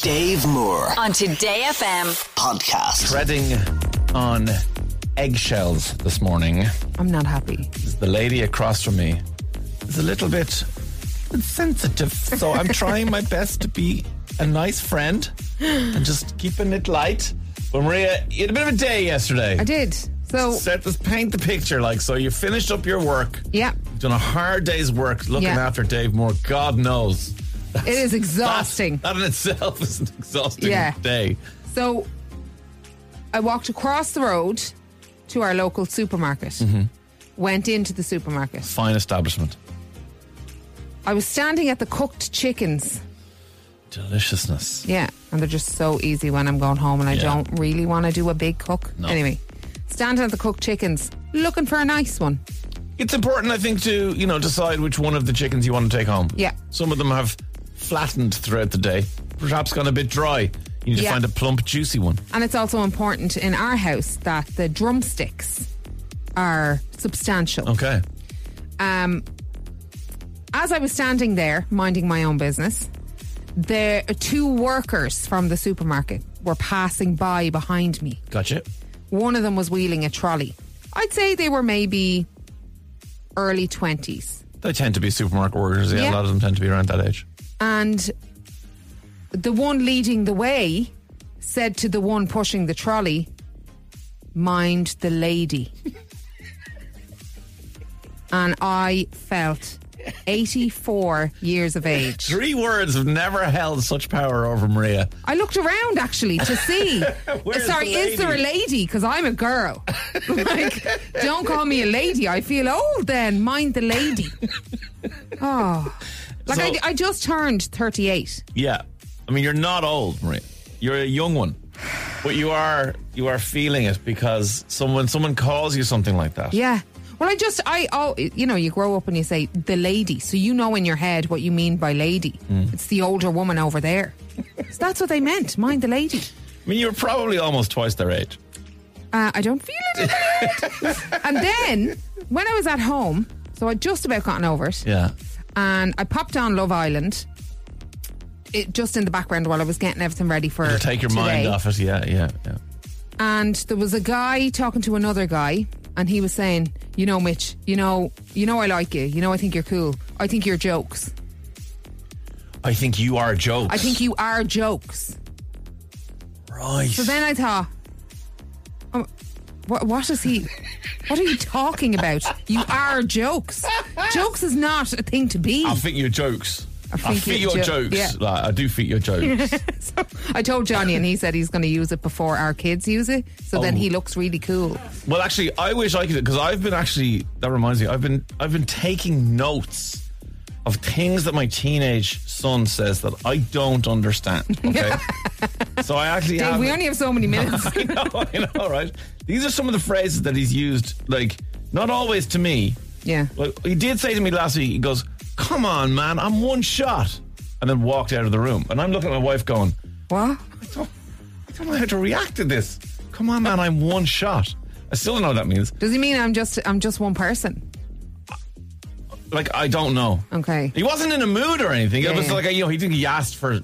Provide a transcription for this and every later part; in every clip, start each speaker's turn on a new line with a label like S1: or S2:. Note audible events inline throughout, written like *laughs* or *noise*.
S1: Dave Moore
S2: on Today FM.
S1: podcast.
S3: treading on eggshells this morning.
S4: I'm not happy.
S3: The lady across from me is a little bit sensitive, so
S4: *laughs*
S3: I'm trying my best to be a nice friend and just keeping it light. But Maria, you had a bit of a day yesterday.
S4: I did. So
S3: Set this, paint the picture like so. You finished up your work,
S4: yeah,
S3: you've done a hard day's work looking
S4: Yeah.
S3: after Dave Moore. God knows,
S4: it is
S3: That-
S4: exhausting.
S3: That, in itself is an *laughs* exhausting
S4: Yeah.
S3: day.
S4: So I walked across the road to our local supermarket. Went into the supermarket.
S3: Fine establishment,
S4: I was standing at the cooked chickens.
S3: deliciousness.
S4: Yeah, and they're just so easy when I'm going home and I
S3: Yeah.
S4: don't really want to do a big cook.
S3: No.
S4: Anyway, standing at the cooked chickens, looking for a nice one.
S3: It's important, I think, to you know decide which one of the chickens you want to take home.
S4: Yeah.
S3: Some of them have flattened throughout the day, perhaps gone a bit dry. You need
S4: Yeah.
S3: to find a plump, juicy one.
S4: And it's also important in our house that the drumsticks are substantial.
S3: Okay.
S4: um, as I was standing there minding my own business, the two workers from the supermarket were passing by behind me.
S3: Gotcha.
S4: One of them was wheeling a trolley. I'd say they were maybe early 20s.
S3: They tend to be supermarket workers. Yeah, a
S4: Yeah.
S3: lot of them tend to be around that age.
S4: And the one leading the way said to the one pushing the trolley, Mind the lady. and I felt 84 years of age.
S3: Three words have never held such power over Maria.
S4: I looked around actually
S3: *laughs*
S4: to see. Uh,
S3: Where's
S4: Sorry,
S3: the
S4: is there a lady? Because I'm
S3: *laughs*
S4: a girl. like, don't call me a lady. I feel old then. Mind the lady.
S3: *laughs*
S4: Oh. Like,
S3: So-
S4: I, I just turned 38.
S3: Yeah. I mean, you're not old, Maria. You're a young one, but you are you are feeling it because someone someone calls you something like that.
S4: Yeah. Well, I just, I, oh, you know, you grow up and you say the lady. So you know in your head what you mean by lady.
S3: Mm.
S4: It's the older woman over there. so that's what they meant. Mind the lady.
S3: I mean, you're probably almost twice their age.
S4: uh, I don't feel it. in
S3: *laughs*
S4: my head. and then when I was at home, so I'd just about gotten over it,
S3: Yeah.
S4: and I popped on Love Island. It just in the background while I was getting everything ready for
S3: To take your mind
S4: today.
S3: off it. Yeah, yeah, yeah.
S4: And there was a guy talking to another guy, and he was saying, "You know, Mitch, you know, you know, I like you. You know, I think you're cool. I think you're jokes.
S3: I think you are a joke.
S4: I think you are jokes."
S3: Right.
S4: So then I thought, um, what, what is he? What are you talking about? You are jokes. Jokes is not a thing to be.
S3: I think your jokes. I
S4: think
S3: think
S4: your
S3: your
S4: jo-
S3: jokes.
S4: yeah.
S3: Like, I do think your
S4: *laughs*
S3: jokes.
S4: So I told Johnny, and he said he's going to use it before our kids use it. So then
S3: Oh.
S4: he looks really cool.
S3: well, actually, I wish I could because I've been actually. That reminds me. I've been I've been taking notes of things that my teenage son says that I don't
S4: *laughs*
S3: understand. Okay. so I actually
S4: Dave,
S3: have.
S4: we only have so many
S3: *laughs*
S4: minutes. *laughs*
S3: I know. I know. Right. These are some of the phrases that he's used. Like not always to me.
S4: yeah.
S3: Like, he did say to me last week, he goes, Come on, man, I'm one shot. And then walked out of the room. And I'm looking at my wife going,
S4: What?
S3: I don't know how to react to this. Come on, man, I'm one shot. I still don't know what that means.
S4: Does he mean I'm just I'm just one person?
S3: Like, I don't know.
S4: Okay.
S3: He wasn't in a mood or anything.
S4: Yeah,
S3: it was
S4: yeah.
S3: like, you know, he think he asked for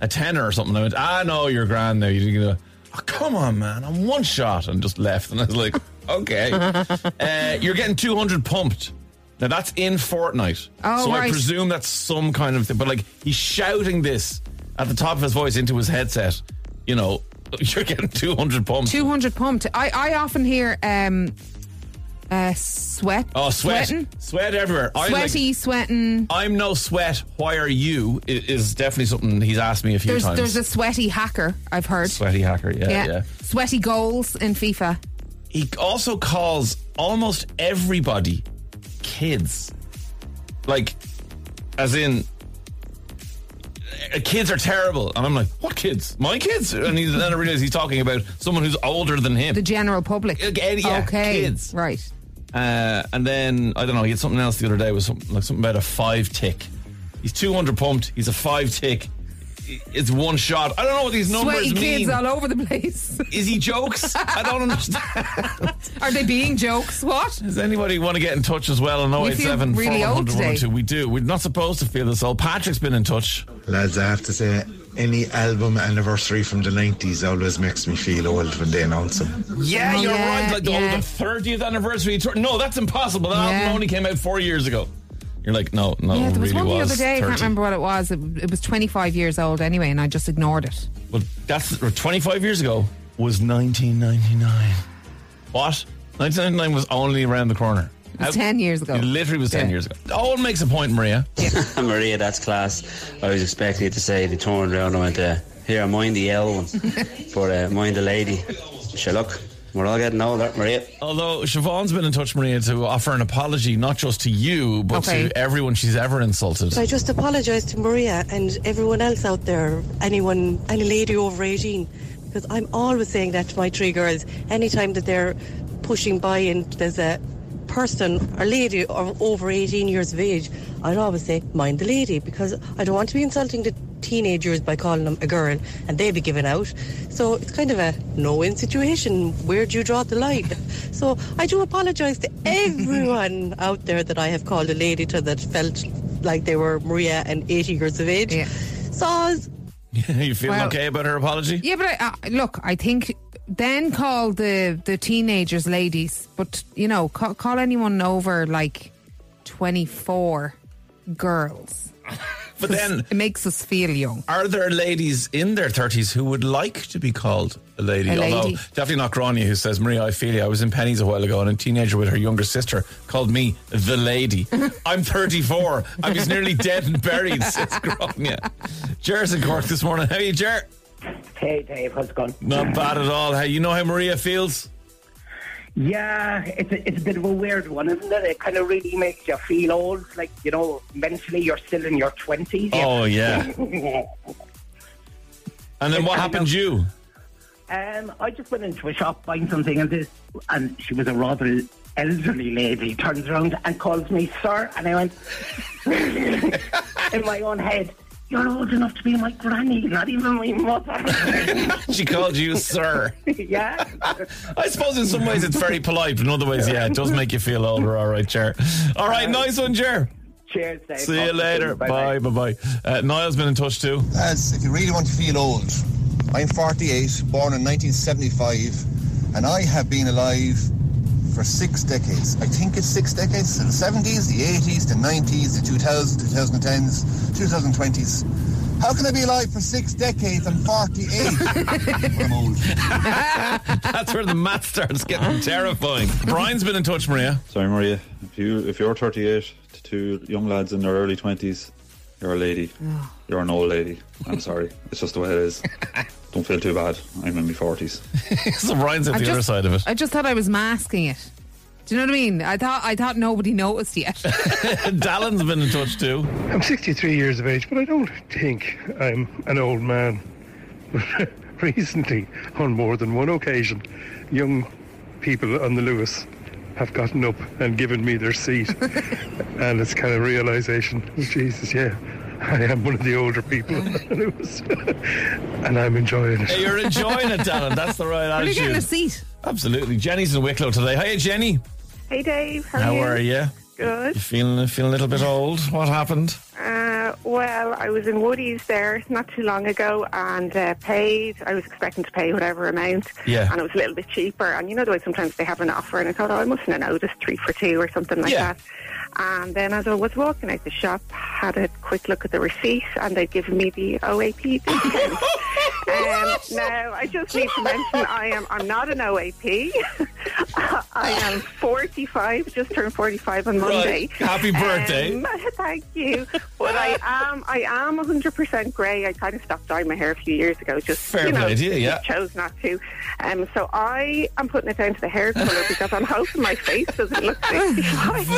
S3: a tenner or something. I went, ah, no, you're grand there. You're gonna, oh, come on, man, I'm one shot. And just left. And I was like, *laughs*
S4: *laughs*
S3: okay. uh, you're getting 200 pumped. Now that's in Fortnite.
S4: Oh,
S3: so I
S4: right.
S3: presume that's some kind of thing. But like, he's shouting this at the top of his voice into his headset, you know, *laughs* you're getting 200 pumped.
S4: Two hundred pumped. I I often hear um, uh, sweat.
S3: Oh, sweat.
S4: Sweating.
S3: Sweat everywhere. I like-
S4: Sweaty, sweating.
S3: I'm no sweat. Why are you? i- Is definitely something he's asked me a few
S4: There's
S3: times.
S4: there's a sweaty hacker I've heard.
S3: sweaty hacker. Yeah, yeah,
S4: yeah. Sweaty goals in FIFA.
S3: He also calls almost everybody kids, like as in uh, kids are terrible. And I'm like, what kids? My kids? And he, then I realize he's talking about someone who's older than him.
S4: The general public.
S3: Okay, yeah,
S4: okay.
S3: kids.
S4: Right.
S3: Uh, and then I don't know. He had something else the other day. Was something like something about a five tick. He's two hundred pumped. He's a five tick. It's one shot. I don't know what these numbers
S4: Sweaty
S3: mean.
S4: kids all over the place. *laughs*
S3: Is he jokes? I don't understand.
S4: Are they being jokes? What?
S3: Does anybody want to get in touch as well on
S4: We feel
S3: 087
S4: really old
S3: 400
S4: today.
S3: We do. We're not supposed to feel this old. Patrick's been in touch.
S5: Lads, I have to say,
S1: any album anniversary from the 90s always makes me feel old when they announce them.
S3: Yeah,
S4: Oh,
S3: you're
S4: yeah,
S3: right. Like the,
S4: yeah.
S3: oh, the 30th anniversary tour. No, that's impossible. That
S4: Yeah.
S3: album only came out four years ago. You're like, no, no,
S4: Yeah,
S3: it
S4: there was
S3: really
S4: one
S3: was
S4: the other
S3: 30.
S4: day. I can't remember what it was. It, it was 25 years old anyway, and I just ignored it.
S3: Well, that's or 25 years ago was 1999. What? 1999 was only around the corner. It
S4: was 10 years ago.
S3: It literally was 10
S4: Yeah.
S3: years ago. Owen makes a point, Maria.
S2: *laughs* Maria, that's class. I was expecting you to say they turned around and went, uh, here, mind the L one, but uh, mind the lady. Sure, look, we're all getting older, Maria.
S3: Although Siobhan's been in touch, Maria, to offer an apology, not just to you, but
S4: Okay.
S3: to everyone she's ever insulted.
S5: So I just apologise to Maria and everyone else out there, anyone, any lady over 18, because I'm always saying that to my three girls. Anytime that they're pushing by and there's a person or lady or over 18 years of age, I'd always say, mind the lady, because I don't want to be insulting the teenagers by calling them a girl and they'd be giving out. So it's kind of a no win situation. Where do you draw the line? *laughs* So I do apologise to everyone out there that I have called a lady to that felt like they were Maria and 80 years of age.
S4: Yeah.
S5: So
S3: *laughs* you feeling
S4: Well-
S3: okay about her apology?
S4: Yeah, but I, I, look, I think then call the the teenagers ladies, but you know, call, call anyone over like 24 girls.
S3: But then,
S4: It makes us feel young.
S3: are there ladies in their 30s who would like to be called a lady?
S4: A
S3: Although,
S4: lady.
S3: definitely not Grania, who says, Maria, I feel you. I was in Penny's a while ago, and a teenager with her younger sister called me the
S4: *laughs*
S3: lady. I'm 34. I was nearly dead and buried, *laughs* says Grania. Jer's in Cork this morning. How are you, Jer?
S6: Hey Dave, how's it going?
S3: Not bad at all. How You know how Maria feels?
S6: Yeah, it's a, it's a bit of a weird one, isn't it? It kind of really makes you feel old. Like you know, mentally you're still in your twenties. *laughs*
S3: Oh,
S4: *laughs*
S3: yeah. And then what happened to you?
S6: Um, I just went into a shop buying something, and this, and she was a rather elderly lady. Turns around and calls me sir, and I went *laughs* in my own head. You're old enough to be my granny, not even my mother. *laughs*
S3: *laughs* She called you, sir.
S6: yeah.
S3: I suppose in some ways it's very polite, but in other ways, yeah, it does make you feel older. All right, Jer. All right, nice one, Jer.
S6: Cheers, Dave.
S3: See
S6: Talk
S3: you
S6: to
S3: later.
S6: soon.
S3: Bye, bye, bye. Uh, Niall's been in touch too.
S7: Lads, if you really want to feel old, I'm 48, born in 1975, and I have been alive for six decades. I think it's six decades. So the 70s, the 80s, the 90s, the 2000s, 2010s, 2020s. How can I be alive for six decades? I'm 48. I'm old.
S3: That's where the math starts getting *laughs* terrifying. Brian's been in touch, Maria.
S8: Sorry, Maria. If you if you're 38 to two young lads in their early 20s, you're a lady.
S6: Oh.
S8: You're an old lady. I'm sorry. It's just the way it
S3: *laughs*
S8: is. Don't feel too bad. I'm in my 40s.
S3: so Brian's at
S4: I
S3: the other
S4: just-
S3: side *laughs* of it.
S4: I just thought I was masking it. Do you know what I mean? I thought I thought nobody
S3: *laughs*
S4: noticed yet.
S3: Dallin's been in touch too.
S9: I'm 63 years of age, but I don't think I'm an old man. *laughs* Recently, on more than one occasion, young people on the Lewis have gotten up and given me their seat. and it's kind of realization, Jesus, yeah, I am one of the older people on the Lewis. *laughs* and I'm enjoying it.
S3: Hey, You're enjoying it, Dallin. That's the right
S4: Are you
S3: attitude.
S4: getting a seat?
S3: Absolutely. Jenny's in Wicklow today. Hiya, Jenny.
S10: Hey Dave, how,
S3: How
S10: you?
S3: are you?
S10: Good.
S3: You feeling feeling a little bit old? What happened? *laughs*
S10: Uh, well, I was in Woody's there not too long ago and uh, paid. I was expecting to pay whatever amount,
S3: Yeah.
S10: and it was a little bit cheaper. And you know the way sometimes they have an offer, and I thought, oh, I mustn't have noticed three for two or something like
S3: Yeah.
S10: that. And then as I was walking out the shop, had a quick look at the receipt, and they'd given me the
S3: *laughs*
S10: OAP discount. Um, now, I just need to mention I am I'm not an OAP. *laughs* I am 45, just turned 45 on Monday.
S3: Right. Happy birthday.
S10: Um, *laughs* thank you. But I am I am 100% grey. I kind of stopped dyeing my hair a few years ago. Just
S3: Fair
S10: you know,
S3: play to you, yeah.
S10: just chose not to. Um, so I am putting it down to the hair colour because I'm hoping my face doesn't look
S3: *laughs*
S10: 65.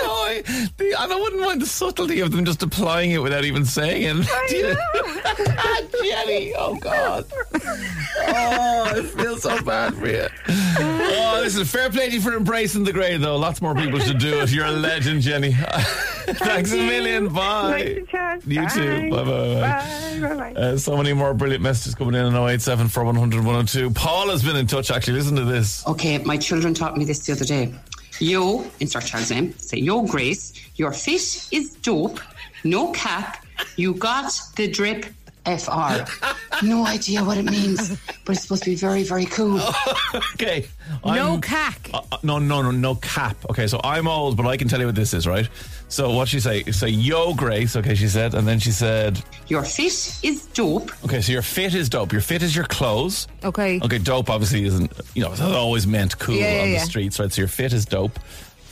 S3: oh, I, the, and I wouldn't mind the subtlety of them just applying it without even saying it. *laughs* Do you- *laughs* Jenny, oh God. Oh, I feel so bad for you. Oh, listen, fair play to you for embracing the grey, though. Lots more people should do it. You're a legend, Jenny. *laughs* Thanks a
S10: you.
S3: million.
S10: Nice
S3: Bye.
S10: to chat.
S3: You too. Bye,
S10: Bye.
S3: bye, bye.
S10: Bye. Bye. Bye.
S3: Uh, so many more brilliant messages coming in on 087 100 102. Paul has been in touch, actually. Listen to this.
S11: Okay, my children taught me this the other day. Yo, insert child's name, say, Yo, Grace, your fit is dope, no cap, you got the drip,
S3: *laughs*
S11: FR. no idea what it means, but it's supposed to be very, very cool.
S3: okay.
S11: No
S4: cack.
S3: Uh, uh, no, no, no, no cap. Okay, so I'm old, but I can tell you what this is, right? So what she say? Say, yo, Grace. Okay, she said, and then she said,
S11: your fit is dope.
S3: Okay, so your fit is dope. Your fit is your clothes.
S4: Okay.
S3: Okay, dope obviously isn't. You know, it's always meant cool
S11: Yeah, yeah,
S3: on
S11: yeah.
S3: the streets, right? So your fit is dope.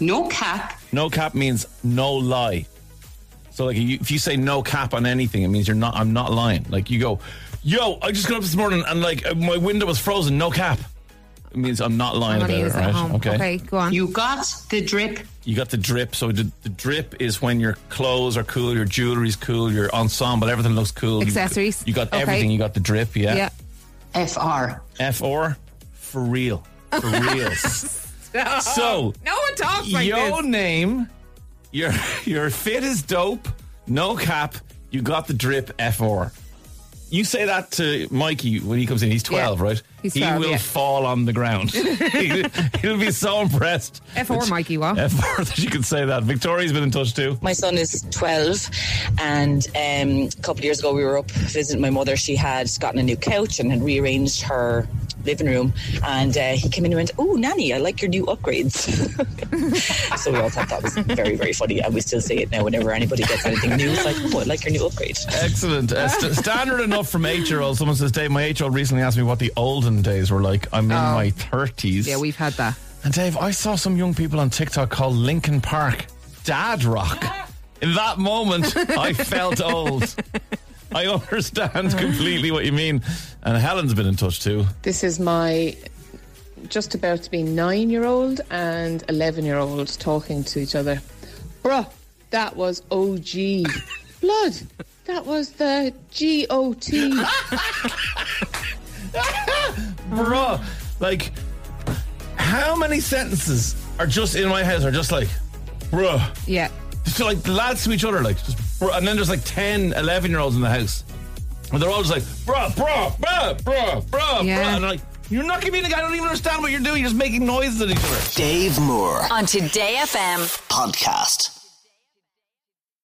S11: No cap.
S3: No cap means no lie. So like, you, if you say no cap on anything, it means you're not. I'm not lying. Like you go, yo, I just got up this morning and like uh, my window was frozen. No cap. It means I'm not lying
S4: I'm gonna
S3: about
S4: use
S3: it,
S4: it at
S3: right?
S4: home. Okay, go on.
S11: You got the drip.
S3: You got the drip. So the, the drip is when your clothes are cool, your jewelry's cool, your ensemble, everything looks cool. You-
S11: Accessories.
S3: You, got
S11: Okay.
S3: everything. You got the drip. Yeah.
S11: FR.
S3: F or for real. For
S4: *laughs*
S3: real. So-
S4: no one talks like
S3: Oh. Yo
S4: this.
S3: name, your your fit is dope. No cap. You got the drip. F4. You say that to Mikey when he comes in. He's twelve, right?
S4: He's
S3: he
S4: 12,
S3: will
S4: yeah.
S3: fall on the
S4: *laughs*
S3: ground. *laughs* He- He'll be so impressed.
S4: F4, Mikey, what?
S3: F4 *laughs* that you can say that. Victoria's been in touch too.
S12: My son is 12, and um, a couple of years ago, we were up visiting my mother. She had gotten a new couch and had rearranged her living room. And uh, he came in and went, Oh, Nanny, I like your new upgrades. *laughs* so we all thought that was very, very funny. And we still say it now whenever anybody gets anything new. It's like, Oh, I like your new upgrade.
S3: Excellent. Uh, *laughs* st- standard enough from eight year olds. Someone says, Dave, my eight year old recently asked me what the olden days were like. I'm in
S4: Oh.
S3: my 30s.
S4: Yeah, we've had that.
S3: And Dave, I saw some young people on TikTok call Linkin Park Dad Rock. In that moment, I felt old. I understand completely what you mean. And Helen's been in touch too. *laughs*
S13: This is my just about to be nine year old and 11 year old talking to each other. Bruh, that was OG. Blood, that was the G O T.
S3: Bruh, like, how many sentences are just in my head are just like, bruh?
S4: Yeah.
S3: So, like, the lads to each other, like, just, bruh. And then there's like 10, 11 year olds in the house. And they're all just like, bruh, bruh, bruh, bruh, bruh, bruh. And I'm like, you're not giving me the guy, I don't even understand what you're doing. You're just making noises at each other.
S14: Dave Moore on Today FM podcast.